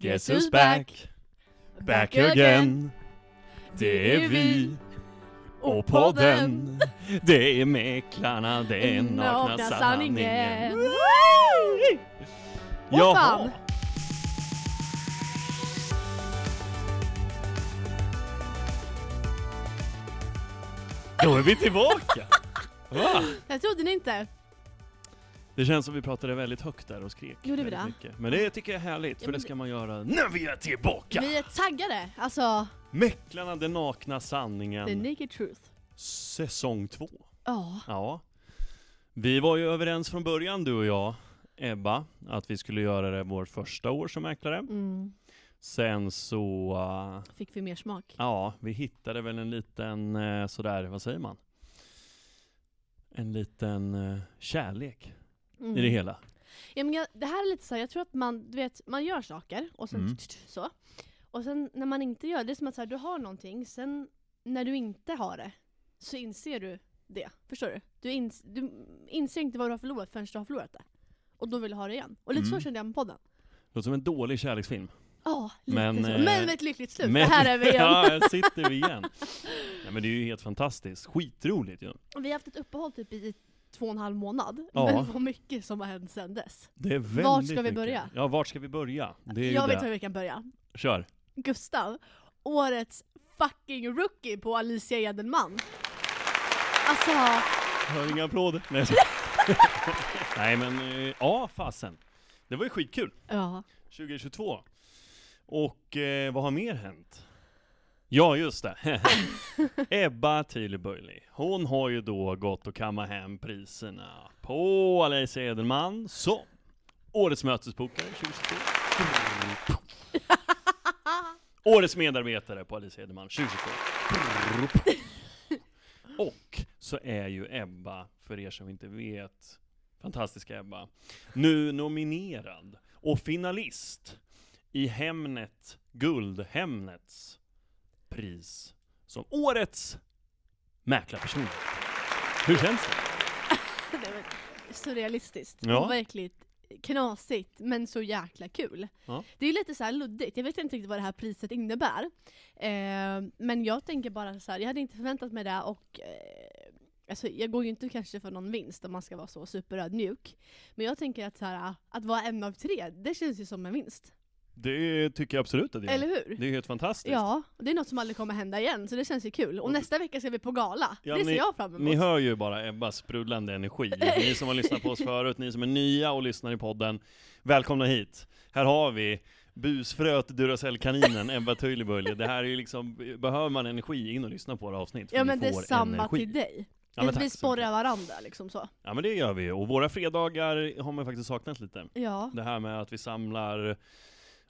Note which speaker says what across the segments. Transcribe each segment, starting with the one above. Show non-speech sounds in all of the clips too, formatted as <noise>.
Speaker 1: Guess who's back? Back again. Det är vi och podden. Det är Mäklarna, den nakna sanningen. Woo!
Speaker 2: Åh, fan.
Speaker 1: Då är vi tillbaka! Va?
Speaker 2: Jag trodde ni inte.
Speaker 1: Det känns som vi pratade väldigt högt där och skrek.
Speaker 2: Gjorde vi
Speaker 1: väldigt
Speaker 2: det?
Speaker 1: mycket. Men det tycker jag är härligt,
Speaker 2: Ja,
Speaker 1: för
Speaker 2: men
Speaker 1: det
Speaker 2: det-
Speaker 1: ska man göra när vi är tillbaka!
Speaker 2: Vi är taggade. Alltså,
Speaker 1: Mäklarna, den nakna
Speaker 2: the
Speaker 1: sanningen,
Speaker 2: naked truth.
Speaker 1: säsong två.
Speaker 2: Ja,
Speaker 1: Ja. Vi var ju överens från början, du och jag, Ebba, att vi skulle göra det vårt första år som mäklare.
Speaker 2: mm.
Speaker 1: Sen så, eh,
Speaker 2: fick vi mer smak.
Speaker 1: ja, vi hittade väl en liten, eh, sådär, vad säger man? En liten eh, kärlek
Speaker 2: Mm.
Speaker 1: i det hela.
Speaker 2: Ja, men jag, det här är lite så här, jag tror att man, du vet, man gör saker och sen
Speaker 1: Mm.
Speaker 2: t- t- så. Och sen när man inte gör det, det är som att så här, du har någonting, sen när du inte har det så inser du det. Förstår du? Du, ins, du inser inte vad du har förlorat förrän du har förlorat det. Och då vill du ha det igen. Och lite
Speaker 1: Mm.
Speaker 2: så kände jag med podden.
Speaker 1: Låter som en dålig kärleksfilm.
Speaker 2: Ja, lite
Speaker 1: Men,
Speaker 2: så.
Speaker 1: eh,
Speaker 2: Men med ett lyckligt slut, för Typ, här
Speaker 1: <laughs>
Speaker 2: är vi igen.
Speaker 1: ja, här sitter vi igen. Nej, men det är ju helt fantastiskt. Skitroligt ju.
Speaker 2: Och Vi har haft ett uppehåll typ i två och en halv månad.
Speaker 1: Ja.
Speaker 2: Men vad mycket som har hänt sedan dess.
Speaker 1: Det är väldigt
Speaker 2: Vart ska vi
Speaker 1: mycket.
Speaker 2: börja?
Speaker 1: Ja, vart ska vi börja? Det är
Speaker 2: Jag
Speaker 1: ju
Speaker 2: vet hur
Speaker 1: det.
Speaker 2: vi kan börja.
Speaker 1: Kör.
Speaker 2: Gustav, årets fucking rookie på Alicia Edelman. Alltså,
Speaker 1: Hör inga applåder. Nej, så- <laughs> Nej men, eh, ja fasen. Det var ju skitkul.
Speaker 2: ja.
Speaker 1: 2022. Och eh, vad har mer hänt? Ja, just det. <laughs> Ebba Tilbury. Hon har ju då gått och kammat hem priserna på Alicia Edelman som Årets mötesbokare 2022. Årets medarbetare på Alicia Edelman 2022. Och så är ju Ebba, för er som inte vet, fantastiska Ebba, nu nominerad och finalist i Hemnet, Guldhemnets pris som årets mäklarperson. Hur känns det?
Speaker 2: <laughs> Det var surrealistiskt.
Speaker 1: Ja.
Speaker 2: Och verkligt knasigt, men så jäkla kul.
Speaker 1: Ja.
Speaker 2: Det är lite så här luddigt, jag vet inte riktigt vad det här priset innebär. Eh, men jag tänker bara så här, jag hade inte förväntat mig det och eh, alltså, jag går ju inte kanske för någon vinst om man ska vara så superödmjuk. Men jag tänker att så här, att vara en av tre, det känns ju som en vinst.
Speaker 1: Det tycker jag absolut att det
Speaker 2: Eller hur?
Speaker 1: Det är helt fantastiskt.
Speaker 2: Ja, och det är något som aldrig kommer hända igen, så det känns ju kul. Och
Speaker 1: Och-
Speaker 2: nästa vecka ska vi på gala.
Speaker 1: Ja,
Speaker 2: det ser
Speaker 1: ni-
Speaker 2: jag fram emot.
Speaker 1: Ni hör ju bara Ebbas sprudlande energi. Ni som har lyssnat på oss förut, ni som är nya och lyssnar i podden, välkomna hit. Här har vi busfröet Duracellkaninen Ebba Töjlebölje. Det här är ju liksom, behöver man energi, in och lyssna på våra avsnitt. för
Speaker 2: ja
Speaker 1: ni
Speaker 2: men det är
Speaker 1: får
Speaker 2: samma
Speaker 1: energi.
Speaker 2: till dig.
Speaker 1: Ja, men tack så
Speaker 2: vi
Speaker 1: mycket.
Speaker 2: sporrar varandra liksom så.
Speaker 1: Ja men det gör vi ju, och våra fredagar har man faktiskt saknat lite.
Speaker 2: Ja.
Speaker 1: Det här med att vi samlar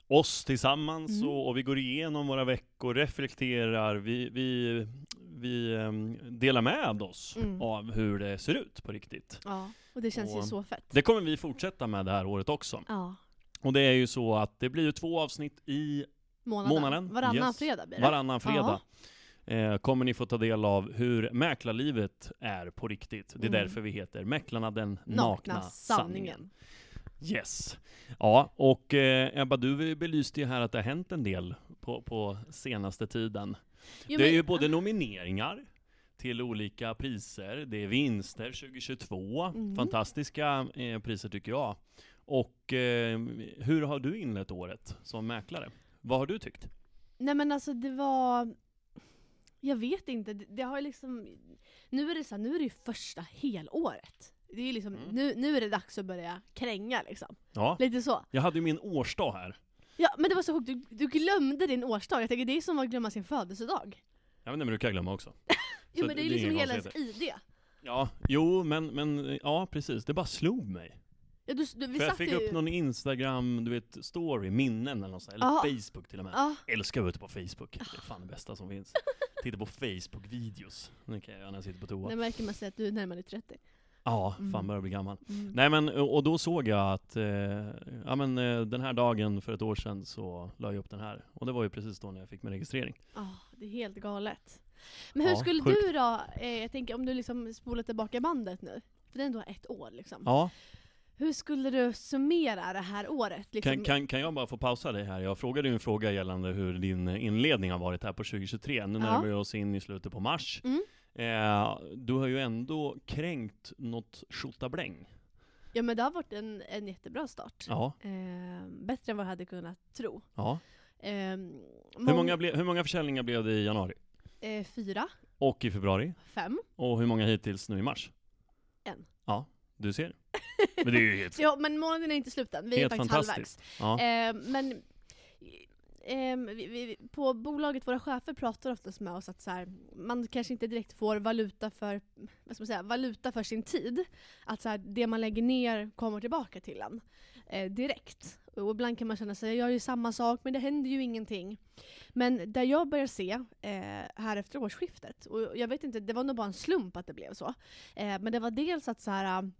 Speaker 1: oss tillsammans
Speaker 2: Mm.
Speaker 1: och, och vi går igenom våra veckor, reflekterar, vi, vi, vi ehm, delar med oss
Speaker 2: Mm.
Speaker 1: av hur det ser ut på riktigt.
Speaker 2: ja. Och det känns ju
Speaker 1: Och-
Speaker 2: så fett.
Speaker 1: Det kommer vi fortsätta med det här året också.
Speaker 2: Ja.
Speaker 1: Och det är ju så att det blir ju två avsnitt i
Speaker 2: Månaden.
Speaker 1: Månaden,
Speaker 2: Varannan
Speaker 1: yes.
Speaker 2: fredag blir det.
Speaker 1: varannan fredag. Eh, kommer ni få ta del av hur mäklarlivet är på riktigt. Det är
Speaker 2: Mm.
Speaker 1: därför vi heter Mäklarna den nakna,
Speaker 2: Nakna,
Speaker 1: sanningen.
Speaker 2: sanningen.
Speaker 1: Yes. Ja, och eh, Ebba, du belyste ju här att det har hänt en del på, på senaste tiden.
Speaker 2: Jo,
Speaker 1: det är
Speaker 2: men-
Speaker 1: ju både nomineringar till olika priser, det är vinster 2022,
Speaker 2: Mm.
Speaker 1: fantastiska eh, priser tycker jag. Och eh, hur har du inlett året som mäklare? Vad har du tyckt?
Speaker 2: Nej men alltså det var... Jag vet inte, det, det har ju liksom... Nu är det så här, nu är det ju första helåret. Det är ju liksom,
Speaker 1: Mm.
Speaker 2: nu, nu är det dags att börja kränga liksom.
Speaker 1: Ja,
Speaker 2: Lite så.
Speaker 1: jag hade ju min årsdag här.
Speaker 2: Ja men det var så sjukt, du, du glömde din årsdag. Jag tänker det är som att glömma sin födelsedag.
Speaker 1: Jag vet inte, men du kan jag glömma också.
Speaker 2: Jo
Speaker 1: Så
Speaker 2: men det
Speaker 1: det
Speaker 2: är ju
Speaker 1: är
Speaker 2: liksom
Speaker 1: inga
Speaker 2: hela ens ID.
Speaker 1: Ja, jo, men, men ja, precis. Det bara slog mig.
Speaker 2: Ja, du, du, vi
Speaker 1: För jag
Speaker 2: satt
Speaker 1: fick
Speaker 2: ju...
Speaker 1: upp någon Instagram, du vet, story, minnen eller något sånt, eller
Speaker 2: Ja.
Speaker 1: Facebook till och med.
Speaker 2: Ja,
Speaker 1: Älskar att vara ute på Facebook, det är fan det bästa som finns. Titta på Facebook-videos, det kan jag göra när jag sitter på toa.
Speaker 2: det märker man sig att du är närmare 30.
Speaker 1: Ja,
Speaker 2: Mm.
Speaker 1: fan börjar bli gammal.
Speaker 2: Mm.
Speaker 1: Nej men, och då såg jag att, eh, ja men eh, den här dagen för ett år sedan så la jag upp den här. Och det var ju precis då när jag fick min registrering.
Speaker 2: Ja, Ah, det är helt galet. Men hur
Speaker 1: Ja,
Speaker 2: skulle
Speaker 1: sjukt.
Speaker 2: du då, eh, jag tänker om du liksom spolar tillbaka bandet nu, för det är ändå ett år liksom.
Speaker 1: Ja,
Speaker 2: Hur skulle du summera det här året? Liksom?
Speaker 1: Kan, kan, kan jag bara få pausa dig här? Jag frågade ju en fråga gällande hur din inledning har varit här på 2023. Nu
Speaker 2: Ja.
Speaker 1: närmar vi oss in i slutet på mars.
Speaker 2: Mm.
Speaker 1: Eh, du har ju ändå kränkt något tjottabläng.
Speaker 2: Ja men det har varit en, en jättebra start.
Speaker 1: Ja,
Speaker 2: Eh, bättre än vad jag hade kunnat tro.
Speaker 1: ja.
Speaker 2: Eh,
Speaker 1: Hur,
Speaker 2: mång-
Speaker 1: många ble, hur många försäljningar blev det i januari?
Speaker 2: eh, fyra,
Speaker 1: Och i februari?
Speaker 2: fem.
Speaker 1: Och hur många hittills nu i mars?
Speaker 2: En.
Speaker 1: Ja, du ser. Men det är ju helt,
Speaker 2: Ja, men månaden är inte slut än, vi är
Speaker 1: helt
Speaker 2: faktiskt halvvägs.
Speaker 1: fantastiskt. Ja.
Speaker 2: <laughs> Eh, men eh, vi, vi, på bolaget, våra chefer pratar oftast med oss att så här, man kanske inte direkt får valuta för, vad ska man säga, valuta för sin tid. Att så här, det man lägger ner kommer tillbaka till en eh, direkt. Och ibland kan man känna sig, jag gör ju samma sak men det händer ju ingenting. Men där jag börjar se eh, här efter årsskiftet, och jag vet inte, det var nog bara en slump att det blev så. Eh, men det var dels att så här,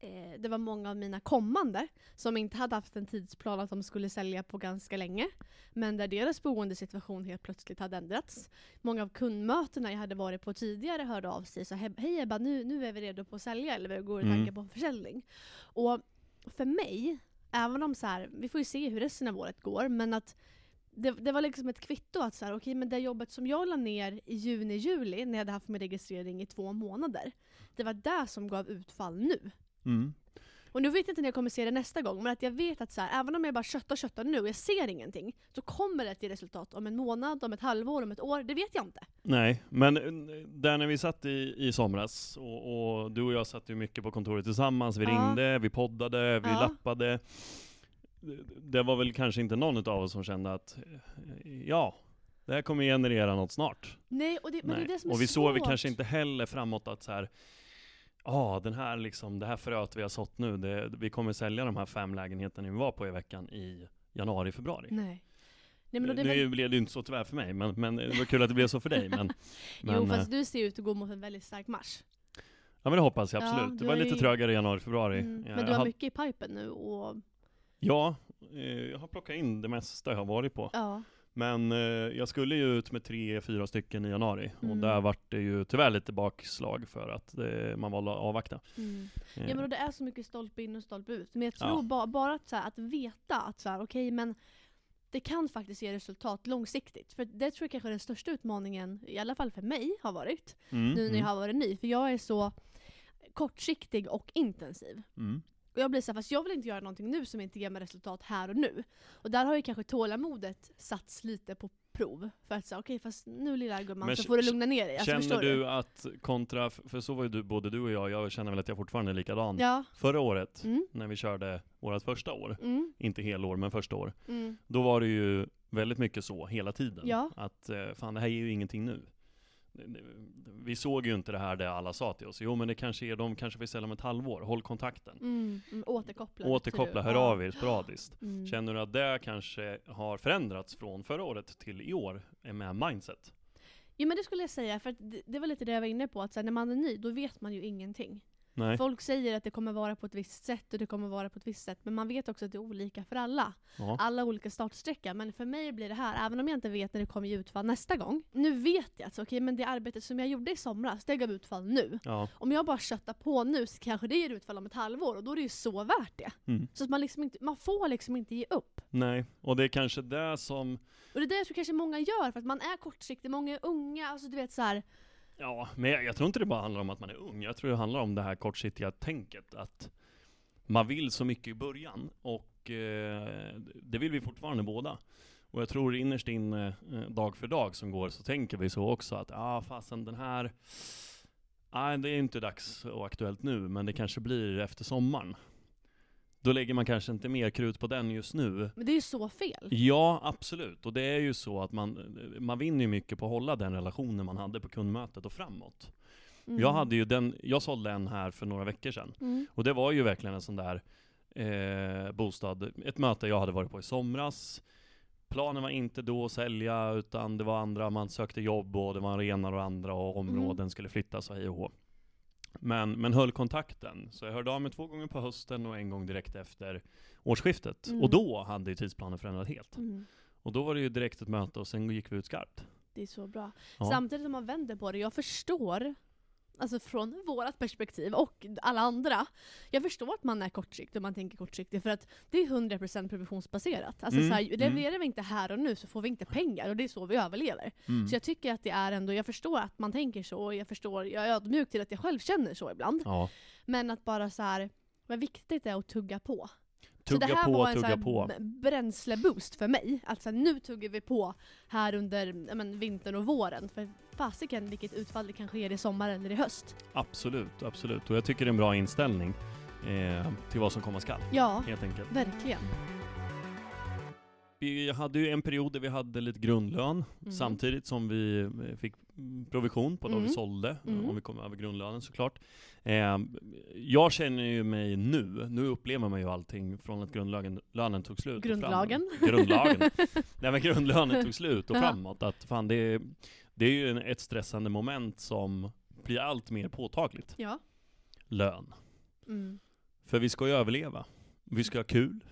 Speaker 2: eh, det var många av mina kommande som inte hade haft en tidsplan att de skulle sälja på ganska länge. Men där deras boendesituation helt plötsligt hade ändrats. Många av kundmötena jag hade varit på tidigare hörde av sig och sa "He- hej Ebba, nu, nu är vi redo på att sälja eller vi går i
Speaker 1: Mm.
Speaker 2: tankar på försäljning. Och för mig, även om så här, vi får ju se hur resten av året går, men att det, det var liksom ett kvitto att så här, okej, men det jobbet som jag la ner i juni, juli när jag hade haft min registrering i två månader. Det var det som gav utfall nu.
Speaker 1: Mm.
Speaker 2: Och nu vet jag inte när jag kommer se det nästa gång, men att jag vet att så här, även om jag bara köttar och köttar nu och jag ser ingenting, så kommer det till resultat om en månad, om ett halvår, om ett år. Det vet jag inte.
Speaker 1: Nej, men eh, där när vi satt i, i somras, och, och du och jag satt ju mycket på kontoret tillsammans, vi
Speaker 2: Ja.
Speaker 1: ringde, vi poddade, vi
Speaker 2: Ja.
Speaker 1: lappade. Det- Det var väl kanske inte någon av oss som kände att, eh, ja, det här kommer generera något snart.
Speaker 2: Nej, och det, men det är det som är
Speaker 1: och vi
Speaker 2: svårt.
Speaker 1: såg vi kanske inte heller framåt att så här, ja, den här liksom, det här fröet vi har sått nu, det, vi kommer sälja de här fem lägenheterna vi var på i veckan i januari, februari.
Speaker 2: Nej. Nej men och det
Speaker 1: Nu
Speaker 2: är väl,
Speaker 1: blev det ju inte så tyvärr för mig, men, men det var kul att det blev så för dig. Men, men,
Speaker 2: <laughs> jo,
Speaker 1: eh,
Speaker 2: fast du ser ut att gå mot en väldigt stark marsch.
Speaker 1: Ja men det hoppas jag
Speaker 2: Ja,
Speaker 1: absolut.
Speaker 2: du
Speaker 1: det var
Speaker 2: har
Speaker 1: lite
Speaker 2: ju-
Speaker 1: trögare i januari, februari.
Speaker 2: Mm.
Speaker 1: Eh,
Speaker 2: Men du
Speaker 1: jag
Speaker 2: har
Speaker 1: har-
Speaker 2: mycket i pipen nu och
Speaker 1: Ja, eh, jag har plockat in det mesta jag har varit på.
Speaker 2: ja.
Speaker 1: Men eh, jag skulle ju ut med tre, fyra stycken i januari. Och
Speaker 2: Mm.
Speaker 1: där vart det ju tyvärr lite bakslag för att eh, man valde att avvakta.
Speaker 2: Mm.
Speaker 1: Eh,
Speaker 2: Ja men och det är så mycket stolpe in och stolpe ut. Men jag
Speaker 1: Ja.
Speaker 2: tror ba- bara att, så här, att veta att så här, okej men det kan faktiskt ge resultat långsiktigt. För det tror jag kanske är den största utmaningen, i alla fall för mig, har varit.
Speaker 1: mm,
Speaker 2: Nu när jag
Speaker 1: mm,
Speaker 2: har varit ny. För jag är så kortsiktig och intensiv.
Speaker 1: mm.
Speaker 2: Och jag blir så här, fast jag vill inte göra någonting nu som inte ger mig resultat här och nu. Och där har ju kanske tålamodet satts lite på prov. För att säga okej fast nu lilla
Speaker 1: Men
Speaker 2: gumman så
Speaker 1: k-
Speaker 2: får du lugna ner dig. Alltså,
Speaker 1: Känner
Speaker 2: förstår du?
Speaker 1: du att kontra, f- för så var ju du, både du och jag, jag känner väl att jag fortfarande är likadan.
Speaker 2: Ja.
Speaker 1: Förra året,
Speaker 2: Mm.
Speaker 1: när vi körde vårt första år,
Speaker 2: Mm.
Speaker 1: inte helår men första år,
Speaker 2: Mm.
Speaker 1: Då var det ju väldigt mycket så hela tiden.
Speaker 2: Ja.
Speaker 1: Att eh, fan det här är ju ingenting nu. Det- det- Vi såg ju inte det här det alla sa till oss. Jo men det kanske är, de kanske vill sälja om ett halvår. Håll kontakten.
Speaker 2: Mm. Mm. Återkoppla. typ.
Speaker 1: Återkoppla, hör av er sporadiskt.
Speaker 2: Mm.
Speaker 1: Känner du att det kanske har förändrats från förra året till i år eh, med mindset?
Speaker 2: Jo men det skulle jag säga, för att det, det var lite det jag var inne på, att så här, när man är ny då vet man ju ingenting.
Speaker 1: Nej.
Speaker 2: Folk säger att det kommer vara på ett visst sätt och det kommer vara på ett visst sätt, men man vet också att det är olika för alla.
Speaker 1: Ja.
Speaker 2: Alla olika startsträcka, men för mig blir det här, även om jag inte vet när det kommer ge utfall nästa gång. Nu vet jag att så, okej, men det arbetet som jag gjorde i somras, det gav utfall nu.
Speaker 1: Ja.
Speaker 2: Om jag bara köttar på nu så kanske det ger utfall om ett halvår och då är det ju så värt det.
Speaker 1: Mm.
Speaker 2: Så att man, liksom inte, man får liksom inte ge upp.
Speaker 1: Nej. Och det är kanske det som,
Speaker 2: Och det är det jag tror kanske många gör, för att man är kortsiktig, många är unga, alltså du vet så här.
Speaker 1: ja, men jag, jag tror inte det bara handlar om att man är ung. Jag tror det handlar om det här kortsiktiga tänket. Att man vill så mycket i början och eh, det vill vi fortfarande båda. Och jag tror innerst inne, eh, dag för dag som går, så tänker vi så också att ah, fasen den här, nej det är inte dags och aktuellt nu, men det kanske blir efter sommaren. Då lägger man kanske inte mer krut på den just nu.
Speaker 2: Men det är ju så fel.
Speaker 1: Ja, absolut. Och det är ju så att man, man vinner ju mycket på att hålla den relationen man hade på kundmötet och framåt.
Speaker 2: Mm.
Speaker 1: Jag hade ju den, jag sålde en här för några veckor sedan.
Speaker 2: Mm.
Speaker 1: Och det var ju verkligen en sån där eh, bostad, ett möte jag hade varit på i somras. Planen var inte då att sälja, utan det var andra, man sökte jobb och det var arenor och andra och
Speaker 2: Mm.
Speaker 1: områden skulle flyttas och hej och hå. Men, men höll kontakten. Så jag hörde av mig två gånger på hösten och en gång direkt efter årsskiftet.
Speaker 2: Mm.
Speaker 1: Och då hade ju tidsplanen förändrats helt.
Speaker 2: Mm.
Speaker 1: Och då var det ju direkt ett möte och sen gick vi ut skarpt.
Speaker 2: Det är så bra.
Speaker 1: Ja.
Speaker 2: Samtidigt som man vänder på det, jag förstår Alltså från vårt perspektiv och alla andra. Jag förstår att man är kortsiktig och man tänker kortsiktigt för att det är 100% provisionsbaserat. Alltså
Speaker 1: Mm,
Speaker 2: så här, levererar
Speaker 1: mm.
Speaker 2: vi inte här och nu så får vi inte pengar och det är så vi överlever.
Speaker 1: Mm.
Speaker 2: Så jag tycker att det är ändå, jag förstår att man tänker så och jag förstår, jag är ödmjuk till att jag själv känner så ibland.
Speaker 1: Ja.
Speaker 2: Men att bara så här, vad viktigt det är att tugga på. så det
Speaker 1: Tugga
Speaker 2: här
Speaker 1: på,
Speaker 2: var en så
Speaker 1: tugga
Speaker 2: här
Speaker 1: på.
Speaker 2: b- bränsleboost för mig. Alltså nu tuggar vi på här under ja, men, vintern och våren. För fasiken vilket utfall det kanske är i sommar eller i höst.
Speaker 1: Absolut, absolut. Och jag tycker det är en bra inställning eh, till vad som komma skall,
Speaker 2: Ja,
Speaker 1: helt enkelt.
Speaker 2: verkligen.
Speaker 1: Vi hade ju en period där vi hade lite grundlön
Speaker 2: Mm.
Speaker 1: samtidigt som vi eh, fick mm, provision på det vi
Speaker 2: Mm.
Speaker 1: sålde, eh,
Speaker 2: Mm.
Speaker 1: om vi kom över grundlönen såklart. Eh, jag känner ju mig nu, nu upplever man ju allting från att grundlönen lönen tog slut. och fram-
Speaker 2: Grundlagen.
Speaker 1: Grundlagen. Nej men
Speaker 2: <laughs>
Speaker 1: grundlönen tog slut och
Speaker 2: Ja.
Speaker 1: framåt. Att fan det är, det är ju en, ett stressande moment som blir allt mer påtagligt.
Speaker 2: <laughs> Ja.
Speaker 1: Lön.
Speaker 2: Mm.
Speaker 1: För vi ska ju överleva. Vi ska ha kul.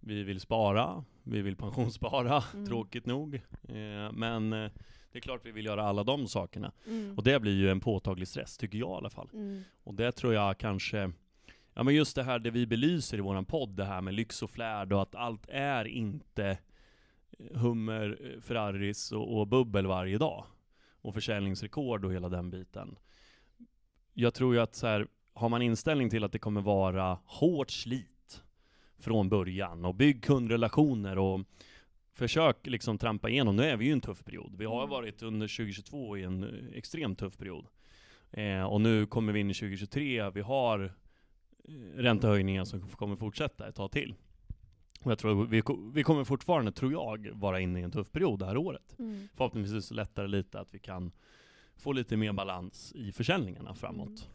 Speaker 1: Vi vill spara. Vi vill pensionsspara,
Speaker 2: Mm.
Speaker 1: tråkigt nog. Eh, men eh, det är klart vi vill göra alla de sakerna.
Speaker 2: Mm.
Speaker 1: Och det blir ju en påtaglig stress, tycker jag i alla fall.
Speaker 2: Mm.
Speaker 1: Och det tror jag kanske, ja men just det här det vi belyser i våran podd, det här med lyx och flärd och att allt är inte hummer, eh, Ferraris och, och bubbel varje dag. Och försäljningsrekord och hela den biten. Jag tror ju att så här, har man inställning till att det kommer vara hårt slit från början och bygg kundrelationer och försök liksom trampa igenom. Nu är vi ju i en tuff period. Vi har
Speaker 2: Mm.
Speaker 1: varit under 2022 i en eh, extremt tuff period. Eh, och nu kommer vi in i 2023. Vi har eh, räntehöjningar som kommer fortsätta ett tag till. Och jag tror vi, ko- vi kommer fortfarande, tror jag, vara inne i en tuff period det här året.
Speaker 2: Mm.
Speaker 1: Förhoppningsvis så lättar det lite att vi kan få lite mer balans i försäljningarna
Speaker 2: Mm.
Speaker 1: framåt.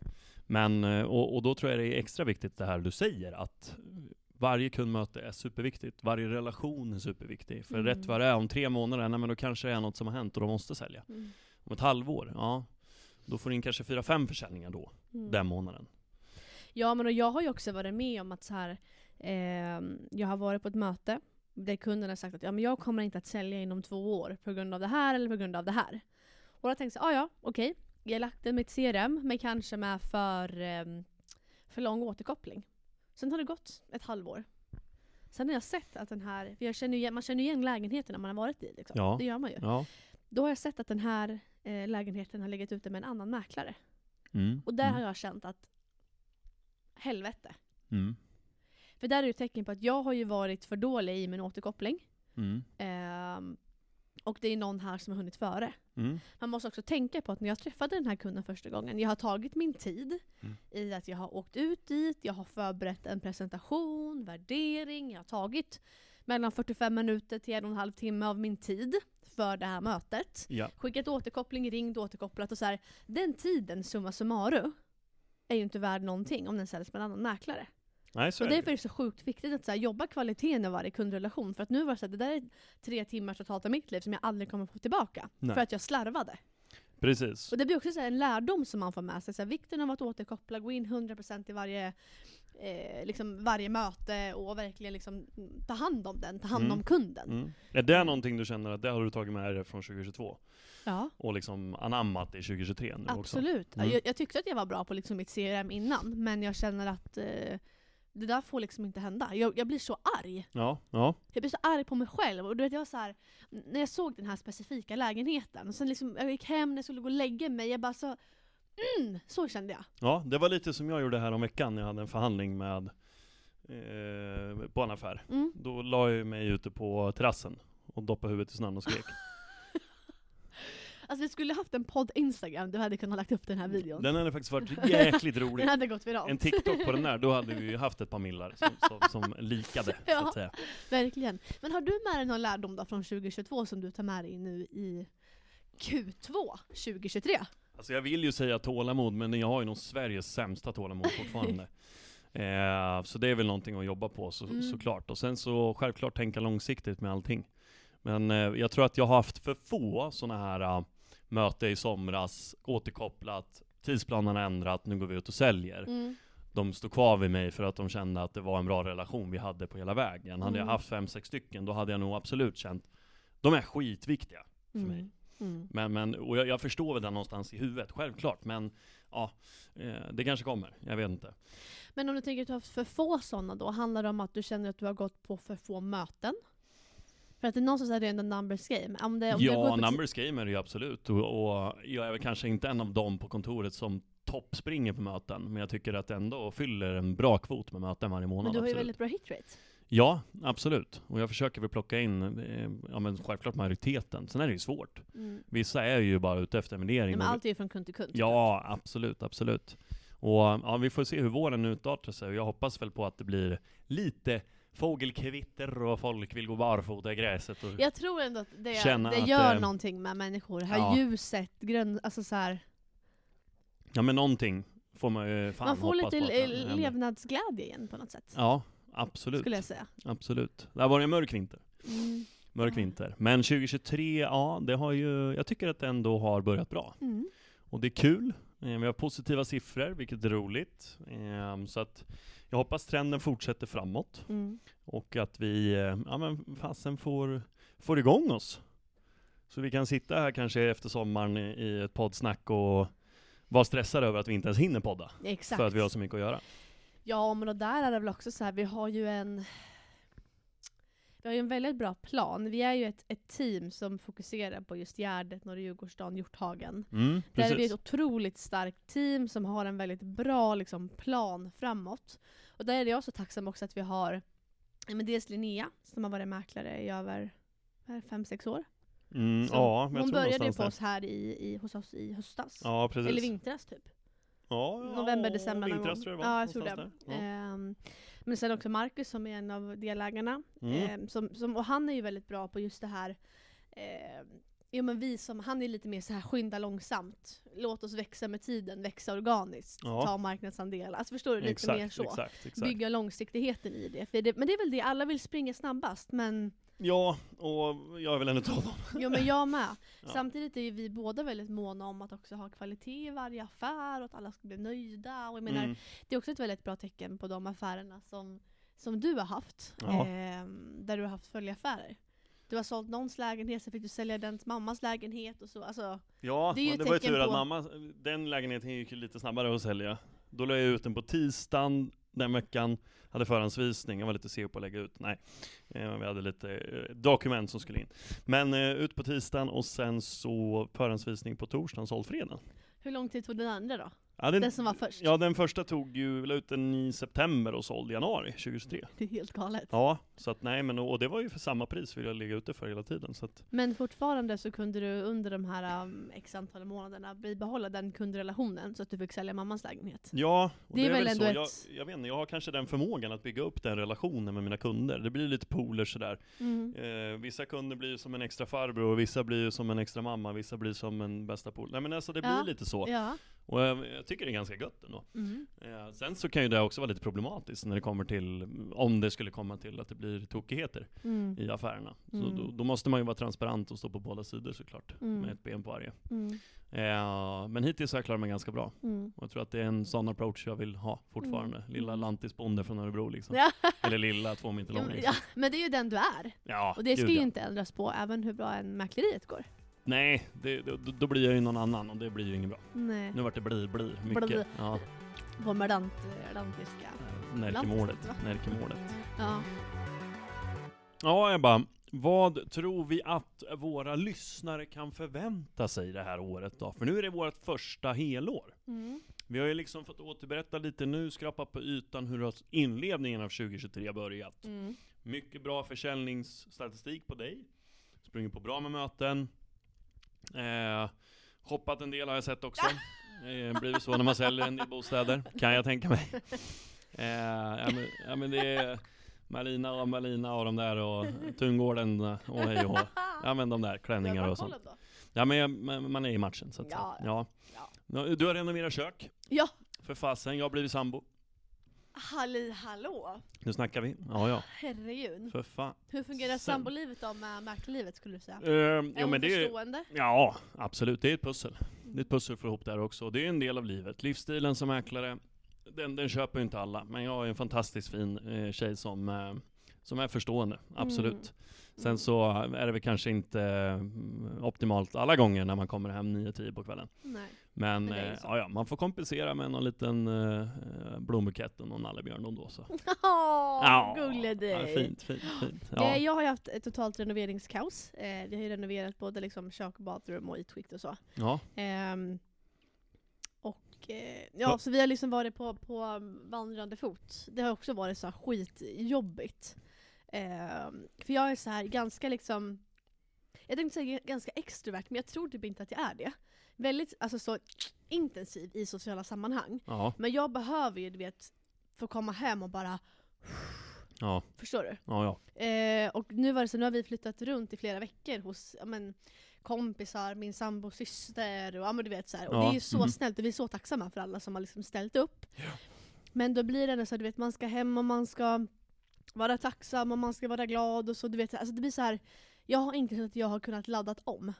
Speaker 1: Men, eh, och, och då tror jag det är extra viktigt det här du säger att varje kundmöte är superviktigt. Varje relation är superviktig. För
Speaker 2: Mm.
Speaker 1: rätt vad det är, om tre månader, nej, men då kanske det är något som har hänt och de måste sälja.
Speaker 2: Mm.
Speaker 1: Om ett halvår, ja. Då får du in kanske fyra, fem försäljningar då,
Speaker 2: Mm.
Speaker 1: den månaden.
Speaker 2: Ja men och jag har ju också varit med om att så här, ehm, jag har varit på ett möte där kunden har sagt att ja, men jag kommer inte att sälja inom två år på grund av det här eller på grund av det här. Och då tänkte jag, ah, ja okej, jag lagt den mitt CRM men kanske med för, ehm, för lång återkoppling. Sen har det gått ett halvår. Sen har jag sett att den här, för jag känner ju igen, man känner ju igen lägenheterna man har varit i. Liksom.
Speaker 1: Ja.
Speaker 2: Det gör man ju.
Speaker 1: Ja.
Speaker 2: Då har jag sett att den här eh, lägenheten har legat ute med en annan mäklare.
Speaker 1: Mm.
Speaker 2: Och där
Speaker 1: mm.
Speaker 2: har jag känt att helvete.
Speaker 1: Mm.
Speaker 2: För där är det ett tecken på att jag har ju varit för dålig i min återkoppling.
Speaker 1: Mm.
Speaker 2: Ehm, och det är någon här som har hunnit före.
Speaker 1: Mm.
Speaker 2: Man måste också tänka på att när jag träffade den här kunden första gången, jag har tagit min tid
Speaker 1: Mm.
Speaker 2: i att jag har åkt ut dit, jag har förberett en presentation, värdering, jag har tagit mellan 45 minuter till en och en halv timme av min tid för det här mötet.
Speaker 1: Ja.
Speaker 2: Skickat återkoppling, ringt, återkopplat och så här. Den tiden, summa summarum, är ju inte värd någonting om den säljs med en annan mäklare.
Speaker 1: Nej, så
Speaker 2: Och
Speaker 1: är det
Speaker 2: därför är
Speaker 1: ju.
Speaker 2: det så sjukt viktigt att så här, jobba kvaliteten i varje kundrelation. För att nu var det så här, det där är tre timmar totalt av mitt liv som jag aldrig kommer få tillbaka.
Speaker 1: Nej.
Speaker 2: För att jag slarvade.
Speaker 1: Precis.
Speaker 2: Och det blir också så här, en lärdom som man får med sig. Så här, vikten av att återkoppla, gå in 100% i varje, eh, liksom, varje möte och verkligen liksom, mm, ta hand om den, ta hand
Speaker 1: Mm.
Speaker 2: om kunden.
Speaker 1: Mm. Är det någonting du känner att det har du tagit med dig från 2022?
Speaker 2: Ja,
Speaker 1: Och liksom anammat i 2023 nu också?
Speaker 2: absolut.
Speaker 1: Mm.
Speaker 2: Jag, jag tyckte att jag var bra på liksom, mitt CRM innan, men jag känner att eh, det där får liksom inte hända. Jag, jag blir så arg.
Speaker 1: Ja, ja.
Speaker 2: Jag blev så arg på mig själv. Och du vet, jag var så här, när jag såg den här specifika lägenheten, och sen liksom, jag gick hem när jag skulle gå och lägga mig, jag bara så... Mm, så kände jag.
Speaker 1: Ja, det var lite som jag gjorde här om veckan. Jag hade en förhandling med eh, på en affär.
Speaker 2: Mm.
Speaker 1: Då la jag mig ute på terrassen och doppade huvudet i snön och
Speaker 2: <laughs>
Speaker 1: skrek.
Speaker 2: Alltså vi skulle haft en podd Instagram, du hade kunnat lagt upp den här videon. Den,
Speaker 1: Den hade faktiskt varit jäkligt
Speaker 2: <laughs>
Speaker 1: rolig.
Speaker 2: hade gått viralt.
Speaker 1: En TikTok på den där, då hade vi ju haft ett par millar som, som, som likade, så
Speaker 2: <laughs> Ja.
Speaker 1: att säga.
Speaker 2: Verkligen. Men har du med dig någon lärdom då från 2022 som du tar med dig nu i Q2 2023?
Speaker 1: Alltså jag vill ju säga tålamod, men jag har ju nog Sveriges sämsta
Speaker 2: <laughs>
Speaker 1: tålamod fortfarande. eh, så det är väl någonting att jobba på så,
Speaker 2: Mm.
Speaker 1: såklart. Och sen så självklart tänka långsiktigt med allting. Men eh, jag tror att jag har haft för få sådana här eh, möte i somras, återkopplat, tidsplanen har ändrat, nu går vi ut och säljer.
Speaker 2: Mm.
Speaker 1: De stod kvar vid mig för att de kände att det var en bra relation vi hade på hela vägen. Hade jag
Speaker 2: Mm.
Speaker 1: haft fem, sex stycken, då hade jag nog absolut känt, de är skitviktiga. För mig.
Speaker 2: Mm.
Speaker 1: Men, men, och jag, jag förstår väl den någonstans i huvudet, självklart. Men ja, eh, det kanske kommer. Jag vet inte.
Speaker 2: Men om du tänker att du har haft för få sådana då, handlar det om att du känner att du har gått på för få möten? För att det är någon som säger att det är en numbers game. Om det, om du
Speaker 1: ja,
Speaker 2: går på ti-
Speaker 1: numbers game är det ju absolut. Och, och jag är väl kanske inte en av dem på kontoret som toppspringer på möten. Men jag tycker att det ändå fyller en bra kvot med möten varje månad.
Speaker 2: Men du har ju
Speaker 1: absolut.
Speaker 2: väldigt bra hitrate.
Speaker 1: Ja, absolut. Och jag försöker väl plocka in, eh, ja men självklart majoriteten. Sen är det ju svårt.
Speaker 2: Mm.
Speaker 1: Vissa är ju bara ute efter en
Speaker 2: Nej,
Speaker 1: värdering.
Speaker 2: men
Speaker 1: och-
Speaker 2: allt är ju från kund till kund.
Speaker 1: Ja, absolut, absolut. Och ja, vi får se hur våren utartar sig. Och Jag hoppas väl på att det blir lite fågelkvitter och folk vill gå barfota i gräset. Och...
Speaker 2: Jag tror ändå att det,
Speaker 1: Känna
Speaker 2: det
Speaker 1: att,
Speaker 2: gör
Speaker 1: eh,
Speaker 2: någonting med människor. Det här
Speaker 1: ja.
Speaker 2: ljuset, grön, alltså så här,
Speaker 1: Ja men någonting får man ju fan
Speaker 2: Man får
Speaker 1: hoppas
Speaker 2: lite
Speaker 1: på att den
Speaker 2: le-
Speaker 1: händer.
Speaker 2: levnadsglädje igen på något sätt.
Speaker 1: Ja, absolut.
Speaker 2: Skulle jag säga.
Speaker 1: Absolut. Det här var en mörk vinter.
Speaker 2: Mm.
Speaker 1: Mörk
Speaker 2: Ja.
Speaker 1: vinter. Men 2023, ja det har ju, jag tycker att det ändå har börjat bra.
Speaker 2: Mm.
Speaker 1: Och det är kul. Eh, Vi har positiva siffror, vilket är roligt. Eh, Så att jag hoppas trenden fortsätter framåt.
Speaker 2: Mm.
Speaker 1: Och att vi, eh, ja men fasen får, får igång oss. Så vi kan sitta här kanske efter sommaren i- i ett poddsnack och vara stressade över att vi inte ens hinner podda.
Speaker 2: Exakt.
Speaker 1: För att vi har så mycket att göra.
Speaker 2: Ja, men och där är det väl också så här, vi har ju en vi har ju en väldigt bra plan. Vi är ju ett, ett team som fokuserar på just Gärdet, Norra Djurgårdsstaden, Hjorthagen.
Speaker 1: Mm,
Speaker 2: Där är
Speaker 1: precis.
Speaker 2: vi ett otroligt starkt team som har en väldigt bra liksom, plan framåt. Och där är jag så tacksam också att vi har ja, men dels Linnea som har varit mäklare i över 5-6 år.
Speaker 1: Mm,
Speaker 2: Så
Speaker 1: ja, men jag
Speaker 2: Hon
Speaker 1: tror
Speaker 2: började ju
Speaker 1: någonstans
Speaker 2: på
Speaker 1: där.
Speaker 2: oss här i, i, hos oss i höstas.
Speaker 1: Ja, precis.
Speaker 2: Eller vintras typ.
Speaker 1: ja, ja,
Speaker 2: November, december någon
Speaker 1: Vintras
Speaker 2: gång.
Speaker 1: tror jag det var.
Speaker 2: Ja, jag tror det.
Speaker 1: någonstans där. Ja.
Speaker 2: Ehm, men sen också Marcus som är en av delägarna.
Speaker 1: Mm.
Speaker 2: Ehm, som, som, och han är ju väldigt bra på just det här ehm, Jo men vi som, han är lite mer så här skynda långsamt. Låt oss växa med tiden, växa organiskt,
Speaker 1: Ja.
Speaker 2: ta marknadsandelar. Alltså förstår du? Lite
Speaker 1: exakt,
Speaker 2: mer så.
Speaker 1: Exakt, exakt.
Speaker 2: Bygga långsiktigheten i det. För det. Men det är väl det, alla vill springa snabbast men
Speaker 1: Ja, och jag är väl en utav dem.
Speaker 2: Jo men jag med.
Speaker 1: <laughs> Ja.
Speaker 2: Samtidigt är ju vi båda väldigt måna om att också ha kvalitet i varje affär och att alla ska bli nöjda. Och jag menar,
Speaker 1: Mm.
Speaker 2: Det är också ett väldigt bra tecken på de affärerna som, som du har haft.
Speaker 1: Ja.
Speaker 2: ehm, där du har haft följaffärer. Du har sålt någons lägenhet, sen fick du sälja dens mammas lägenhet och så. Alltså,
Speaker 1: Ja,
Speaker 2: Det är ju
Speaker 1: men det
Speaker 2: ett
Speaker 1: var ju
Speaker 2: tecken
Speaker 1: tur att
Speaker 2: på-
Speaker 1: mamma, den lägenheten gick ju lite snabbare att sälja. Då la jag ut den på tisdagen den veckan, hade förhandsvisning, jag var lite seg på att lägga ut, nej. Eh, Vi hade lite eh, dokument som skulle in. Men eh, ut på tisdagen och sen så förhandsvisning på torsdagen, såld fredagen.
Speaker 2: hur lång tid tog den andra då?
Speaker 1: Ja, den,
Speaker 2: Den som var först?
Speaker 1: Ja, den första tog ju, la ut den i september och såld i januari 2023.
Speaker 2: Det är helt galet.
Speaker 1: Ja, så att nej men och det var ju för samma pris vill jag ligga ute för hela tiden. Så att,
Speaker 2: Men fortfarande så kunde du under de här um, x antal månaderna bibehålla den kundrelationen så att du fick sälja mammas lägenhet.
Speaker 1: ja, och
Speaker 2: Det är väl ändå
Speaker 1: så.
Speaker 2: ett-
Speaker 1: Jag, jag vet inte, jag har kanske den förmågan att bygga upp den relationen med mina kunder. Det blir lite poler sådär.
Speaker 2: Mm.
Speaker 1: Eh, vissa kunder blir ju som en extra farbror, och vissa blir ju som en extra mamma, vissa blir som en bästa polare. Nej men alltså det blir
Speaker 2: Ja.
Speaker 1: lite så.
Speaker 2: Ja.
Speaker 1: Och jag, jag tycker det är ganska gött ändå.
Speaker 2: Mm.
Speaker 1: Eh, sen så kan ju det också vara lite problematiskt när det kommer till, om det skulle komma till att det blir tokigheter.
Speaker 2: Mm.
Speaker 1: i affärerna.
Speaker 2: Mm.
Speaker 1: Så då, då måste man ju vara transparent och stå på båda sidor såklart,
Speaker 2: Mm.
Speaker 1: med ett ben på varje.
Speaker 2: Mm.
Speaker 1: Eh, men hittills har jag klarat mig ganska bra.
Speaker 2: Mm.
Speaker 1: Och jag tror att det är en sån approach jag vill ha fortfarande. Lilla
Speaker 2: Mm.
Speaker 1: lantisbonde från Örebro liksom.
Speaker 2: Ja.
Speaker 1: Eller lilla, två meter lång.
Speaker 2: <laughs> Ja,
Speaker 1: Liksom.
Speaker 2: men det är ju den du är.
Speaker 1: Ja,
Speaker 2: Och det ska
Speaker 1: gud,
Speaker 2: ju
Speaker 1: ja.
Speaker 2: inte ändras på, även hur bra en mäkleriet går.
Speaker 1: Nej, det, då, då blir jag ju någon annan och det blir ju inget bra.
Speaker 2: Nej.
Speaker 1: Nu vart det blir, blir.
Speaker 2: Blir.
Speaker 1: Mycket. Ja, eh,
Speaker 2: Pomerant, lantiska.
Speaker 1: närkemålet.
Speaker 2: Lantis, va?
Speaker 1: Närkemålet.
Speaker 2: Ja.
Speaker 1: Ja Ebba, vad tror vi att våra lyssnare kan förvänta sig det här året då? För nu är det vårt första helår.
Speaker 2: Mm.
Speaker 1: Vi har ju liksom fått återberätta lite nu, skrapa på ytan hur har inledningen av 2023 börjat.
Speaker 2: Mm.
Speaker 1: Mycket bra försäljningsstatistik på dig. Sprungit på bra med möten. Eh, shoppat en del har jag sett också. Eh, blir det så när man säljer en del bostäder, kan jag tänka mig. Eh, ja, men, ja men det är Malina och Malina och de där och Tungården och hej och hå. Ja men de där, klänningar och sånt. Ja men jag, men man är i matchen så att
Speaker 2: Ja,
Speaker 1: säga. Ja.
Speaker 2: ja.
Speaker 1: Ja. Du har renoverat kök.
Speaker 2: Ja,
Speaker 1: För fasen, jag har blivit sambo.
Speaker 2: halli hallå.
Speaker 1: Nu snackar vi. Ja, ja.
Speaker 2: Herregud.
Speaker 1: För fan.
Speaker 2: Hur fungerar
Speaker 1: Sen-
Speaker 2: sambolivet då med mäklarlivet skulle du säga?
Speaker 1: Ehm,
Speaker 2: är
Speaker 1: jo,
Speaker 2: hon
Speaker 1: men det är,
Speaker 2: förstående?
Speaker 1: ja, absolut. Det är ett pussel. Det är ett pussel för ihop där också. Det är en del av livet. Livsstilen som mäklare, den, den köper ju inte
Speaker 2: Mm.
Speaker 1: alla. Men jag är en fantastiskt fin eh, tjej som, eh, som är förstående. Absolut. Sen så är det väl kanske inte mm, optimalt alla gånger när man kommer hem 9-10 på kvällen.
Speaker 2: Nej.
Speaker 1: Men,
Speaker 2: Men det är ju
Speaker 1: eh,
Speaker 2: så.
Speaker 1: ja, ja, man får kompensera med någon liten eh, blombukett och någon nallebjörn om då så.
Speaker 2: Åh,
Speaker 1: <laughs> Ja,
Speaker 2: gulle dig.
Speaker 1: Ja, fint, fint, fint.
Speaker 2: Eh,
Speaker 1: Ja,
Speaker 2: Jag har ju haft ett totalt renoveringskaos. Eh, Vi har ju renoverat både liksom kök och badrum och ytskikt och så.
Speaker 1: ja.
Speaker 2: Ehm, och eh, ja, så vi har liksom varit på, på vandrande fot. Det har också varit så här skitjobbigt. Ehm, för jag är så här ganska liksom, jag tänkte säga ganska extrovert, men jag tror typ inte att jag är det. Väldigt alltså så intensiv i sociala sammanhang.
Speaker 1: ja,
Speaker 2: Men jag behöver ju du vet, få komma hem och bara,
Speaker 1: ja,
Speaker 2: förstår du?
Speaker 1: ja, ja.
Speaker 2: Eh, och nu var det så, nu har vi flyttat runt i flera veckor hos ja, men, kompisar, min sambos syster och ja, men du vet så här. Och
Speaker 1: Ja,
Speaker 2: det är ju så
Speaker 1: mhm.
Speaker 2: snällt och vi är så tacksamma för alla som har liksom ställt upp. Men då blir det ändå så här, du vet man ska hem och man ska vara tacksam och man ska vara glad och så du vet. Alltså det blir så här. jag har inte känt att jag har kunnat laddat om.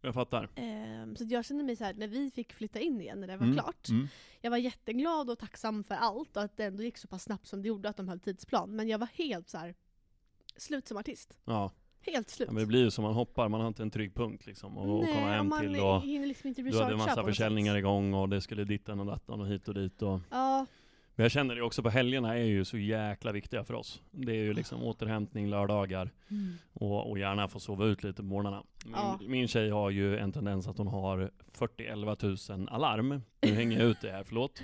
Speaker 1: Jag fattar.
Speaker 2: Eh, så att jag känner mig så här, när vi fick flytta in igen när det var
Speaker 1: Mm,
Speaker 2: klart.
Speaker 1: Mm.
Speaker 2: Jag var jätteglad och tacksam för allt och att det ändå gick så pass snabbt som det gjorde att de höll tidsplan. Men jag var helt så här slut som artist.
Speaker 1: Ja.
Speaker 2: Helt slut.
Speaker 1: ja, men det blir ju som man hoppar, man har inte en trygg punkt liksom. Och, och komma hem
Speaker 2: man
Speaker 1: till och
Speaker 2: hinner liksom inte
Speaker 1: du hade en
Speaker 2: researcha på
Speaker 1: massa
Speaker 2: något
Speaker 1: försäljningar
Speaker 2: sätt.
Speaker 1: igång och det skulle dittan och dattan och hit och dit. Och...
Speaker 2: Ja,
Speaker 1: Men jag känner det också på helgerna är ju så jäkla viktiga för oss. Det är ju liksom återhämtning lördagar och, och gärna få sova ut lite på morgnarna. Min,
Speaker 2: Ja.
Speaker 1: min tjej har ju en tendens att hon har 40 000 alarm. Nu hänger jag ut det här,
Speaker 2: <laughs>
Speaker 1: förlåt.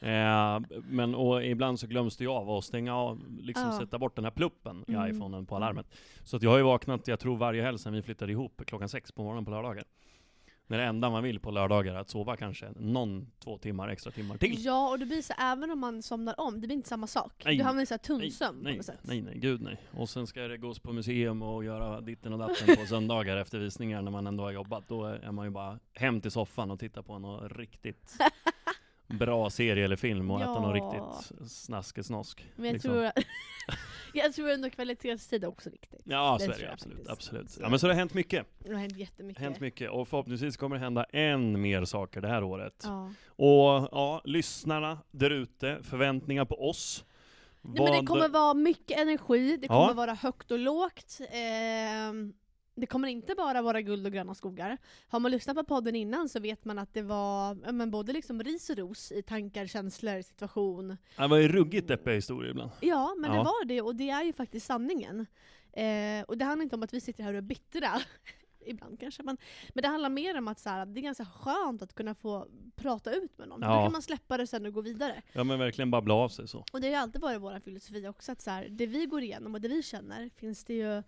Speaker 1: eh, men och ibland så glöms det ju av att stänga av, liksom
Speaker 2: Ja.
Speaker 1: sätta bort den här pluppen i
Speaker 2: Mm.
Speaker 1: iPhonen på alarmet. Så att jag har ju vaknat, jag tror varje helg sedan vi flyttade ihop, klockan sex på morgonen på lördagar. När det enda man vill på lördagar är att sova kanske någon två timmar, extra timmar till.
Speaker 2: ja, och det blir så även om man somnar om, det blir inte samma sak.
Speaker 1: Nej.
Speaker 2: Du hamnar i så här
Speaker 1: Nej,
Speaker 2: tunnsömn på
Speaker 1: nej,
Speaker 2: något sätt.
Speaker 1: nej, nej, gud nej. Och sen ska det gås på museum och göra ditten och datten
Speaker 2: <laughs>
Speaker 1: på söndagar efter visningar när man ändå har jobbat. Då är man ju bara hem till soffan och titta på någon
Speaker 2: <laughs>
Speaker 1: riktigt bra serie eller film och äta någon
Speaker 2: Ja.
Speaker 1: riktigt snaskesnosk.
Speaker 2: Men jag,
Speaker 1: liksom.
Speaker 2: tror, <laughs> jag tror ändå kvalitetstid är också viktigt.
Speaker 1: Ja, så
Speaker 2: det
Speaker 1: är det
Speaker 2: tror
Speaker 1: ju,
Speaker 2: jag
Speaker 1: absolut,
Speaker 2: faktiskt.
Speaker 1: absolut.
Speaker 2: Så-
Speaker 1: Ja, men så det har hänt mycket,
Speaker 2: Det har hänt jättemycket.
Speaker 1: hänt mycket. Och förhoppningsvis kommer det hända än mer saker det här året.
Speaker 2: Ja.
Speaker 1: Och ja, lyssnarna där ute, förväntningar på oss.
Speaker 2: Nej, men
Speaker 1: Vad-
Speaker 2: det kommer vara mycket energi, det
Speaker 1: Ja.
Speaker 2: kommer vara högt och lågt. Ehm, det kommer inte bara vara guld och gröna skogar. Har man lyssnat på podden innan så vet man att det var ja, men både liksom ris och ros i tankar, känslor, situation.
Speaker 1: Ja, Det var ju ruggigt deppiga historier ibland.
Speaker 2: Ja, men
Speaker 1: Ja.
Speaker 2: det var det och det är ju faktiskt sanningen. Eh, och det handlar inte om att vi sitter här och är bittra. <laughs> Ibland kanske, men, men det handlar mer om att så här, det är ganska skönt att kunna få prata ut med någon. Då
Speaker 1: Ja.
Speaker 2: kan man släppa det sen och gå vidare.
Speaker 1: Ja men verkligen babbla av sig så.
Speaker 2: Och det har ju alltid varit vår filosofi också, att så här, det vi går igenom och det vi känner finns det ju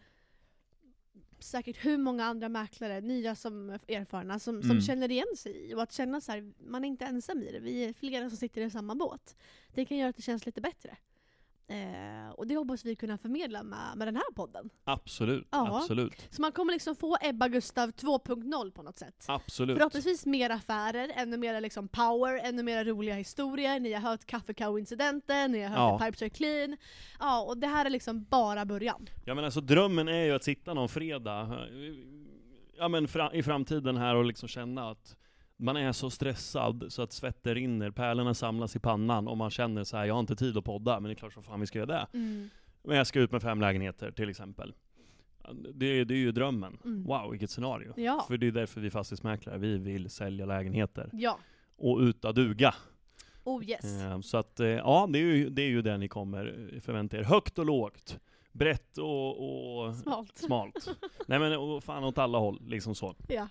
Speaker 2: säkert hur många andra mäklare, nya som erfarna, som, som
Speaker 1: Mm.
Speaker 2: känner igen sig i. Och att känna så här, man är inte ensam i det, vi är flera som sitter i samma båt. Det kan göra att det känns lite bättre. Eh, och det hoppas vi kunna förmedla med, med den här podden.
Speaker 1: Absolut,
Speaker 2: Ja.
Speaker 1: absolut,
Speaker 2: Så man kommer liksom få Ebba Gustav 2.0 på något sätt.
Speaker 1: absolut.
Speaker 2: Förhoppningsvis mer affärer, ännu mer liksom power, ännu mer roliga historier. Ni har hört kaffekau-incidenten, ni har hört
Speaker 1: Ja.
Speaker 2: ja. Pipes Are Clean. Ja, och det här är liksom bara början.
Speaker 1: Ja men alltså drömmen är ju att sitta någon fredag, eh, ja men fra, i framtiden här och liksom känna att man är så stressad så att svetten rinner, pärlorna samlas i pannan och man känner så här, jag har inte tid att podda, men det är klart som fan vi ska göra det.
Speaker 2: Mm,
Speaker 1: Men jag ska ut med fem lägenheter till exempel. Det, det är ju drömmen.
Speaker 2: Mm.
Speaker 1: Wow, vilket scenario.
Speaker 2: Ja.
Speaker 1: För det är därför vi är fastighetsmäklare, vi vill sälja lägenheter.
Speaker 2: Ja.
Speaker 1: Och uta duga.
Speaker 2: Oh yes.
Speaker 1: Eh, Så att, eh, ja, det är, ju, det är ju det ni kommer eh, förvänta er. Högt och lågt. Brett och, och
Speaker 2: Smalt.
Speaker 1: smalt. <laughs> Nej men och fan åt alla håll, liksom så.
Speaker 2: <laughs> Ja.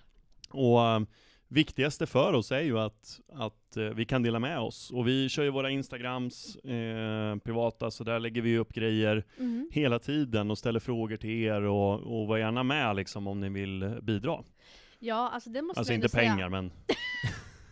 Speaker 1: Och eh, viktigaste för oss är ju att, att eh, vi kan dela med oss. Och vi kör ju våra Instagrams eh, privata, så där lägger vi upp grejer
Speaker 2: Mhm.
Speaker 1: hela tiden och ställer frågor till er och, och var gärna med liksom om ni vill eh, bidra.
Speaker 2: Ja, alltså det måste
Speaker 1: Alltså
Speaker 2: man ändå
Speaker 1: inte pengar
Speaker 2: säga.
Speaker 1: men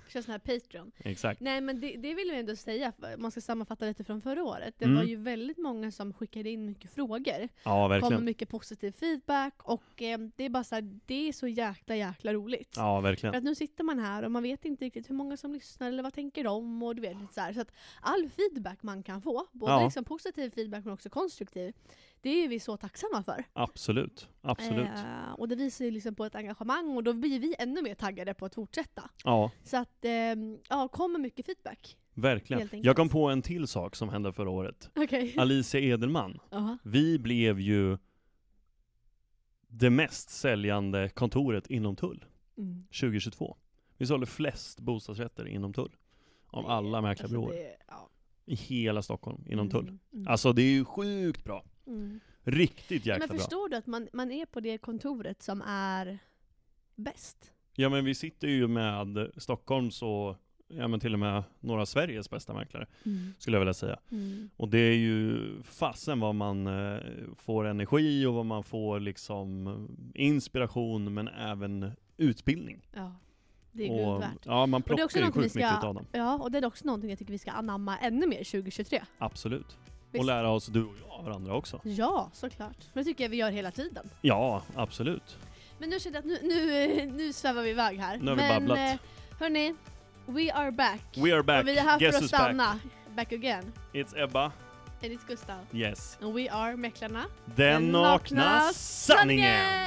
Speaker 2: Känns sån här Patreon.
Speaker 1: exakt.
Speaker 2: Nej men det, det vill vi ändå säga, om man ska sammanfatta lite från förra året. Det
Speaker 1: Mm.
Speaker 2: var ju väldigt många som skickade in mycket frågor.
Speaker 1: Ja
Speaker 2: Kom
Speaker 1: verkligen.
Speaker 2: mycket positiv feedback och eh, det är bara så här, det är så jäkla jäkla roligt.
Speaker 1: Ja
Speaker 2: För
Speaker 1: verkligen.
Speaker 2: att nu sitter man här och man vet inte riktigt hur många som lyssnar eller vad tänker de och du vet lite så här. Så att all feedback man kan få, både
Speaker 1: Ja.
Speaker 2: liksom positiv feedback men också konstruktiv, det är ju vi så tacksamma för.
Speaker 1: Absolut. Absolut.
Speaker 2: Eh, och det visar ju liksom på ett engagemang och då blir vi ännu mer taggade på att fortsätta.
Speaker 1: Ja.
Speaker 2: Så att, eh, ja, kommer mycket feedback. <laughs>
Speaker 1: Verkligen.
Speaker 2: Helt enkelt.
Speaker 1: Jag kom på en till
Speaker 2: <clears throat>
Speaker 1: sak som hände förra året.
Speaker 2: Okej.
Speaker 1: Alicia Edelman. Vi blev ju det mest säljande kontoret inom Tull
Speaker 2: Mm.
Speaker 1: 2022. Vi sålde flest bostadsrätter inom Tull. Av alla mäklarbyråer.
Speaker 2: Alltså, det- ja.
Speaker 1: I hela Stockholm, inom Tull.
Speaker 2: Mm, mm,
Speaker 1: Alltså det är ju sjukt bra.
Speaker 2: mm.
Speaker 1: Riktigt jäkla
Speaker 2: Men
Speaker 1: bra.
Speaker 2: förstår du att man, man är på det kontoret som är bäst?
Speaker 1: Ja men vi sitter ju med Stockholms och ja, men till och med norra Sveriges bästa mäklare, skulle jag vilja säga.
Speaker 2: Mm.
Speaker 1: Och det är ju fasen vad man eh, får energi och vad man får liksom inspiration men även utbildning.
Speaker 2: Ja, det är guld
Speaker 1: och,
Speaker 2: värt.
Speaker 1: Ja, man
Speaker 2: det är
Speaker 1: plockar
Speaker 2: också
Speaker 1: ju
Speaker 2: något vi
Speaker 1: sjukt mycket
Speaker 2: ska-
Speaker 1: utav dem.
Speaker 2: Ja, och det är också någonting jag tycker vi ska anamma ännu mer 2023.
Speaker 1: Absolut. Och
Speaker 2: Visst.
Speaker 1: lära oss, du och jag, varandra också.
Speaker 2: Ja, såklart. Men det tycker jag vi gör hela tiden.
Speaker 1: Ja, absolut.
Speaker 2: Men nu känner jag att nu, nu, nu svävar vi iväg här.
Speaker 1: Nu har vi
Speaker 2: Men
Speaker 1: babblat.
Speaker 2: eh, hörni, we are back.
Speaker 1: We are back.
Speaker 2: Och vi är här
Speaker 1: Guess
Speaker 2: för att
Speaker 1: who's back?
Speaker 2: stanna. Back, again.
Speaker 1: It's Ebba.
Speaker 2: Enligt Gustav.
Speaker 1: Yes.
Speaker 2: And we are Mäklarna.
Speaker 1: Den nakna sanningen!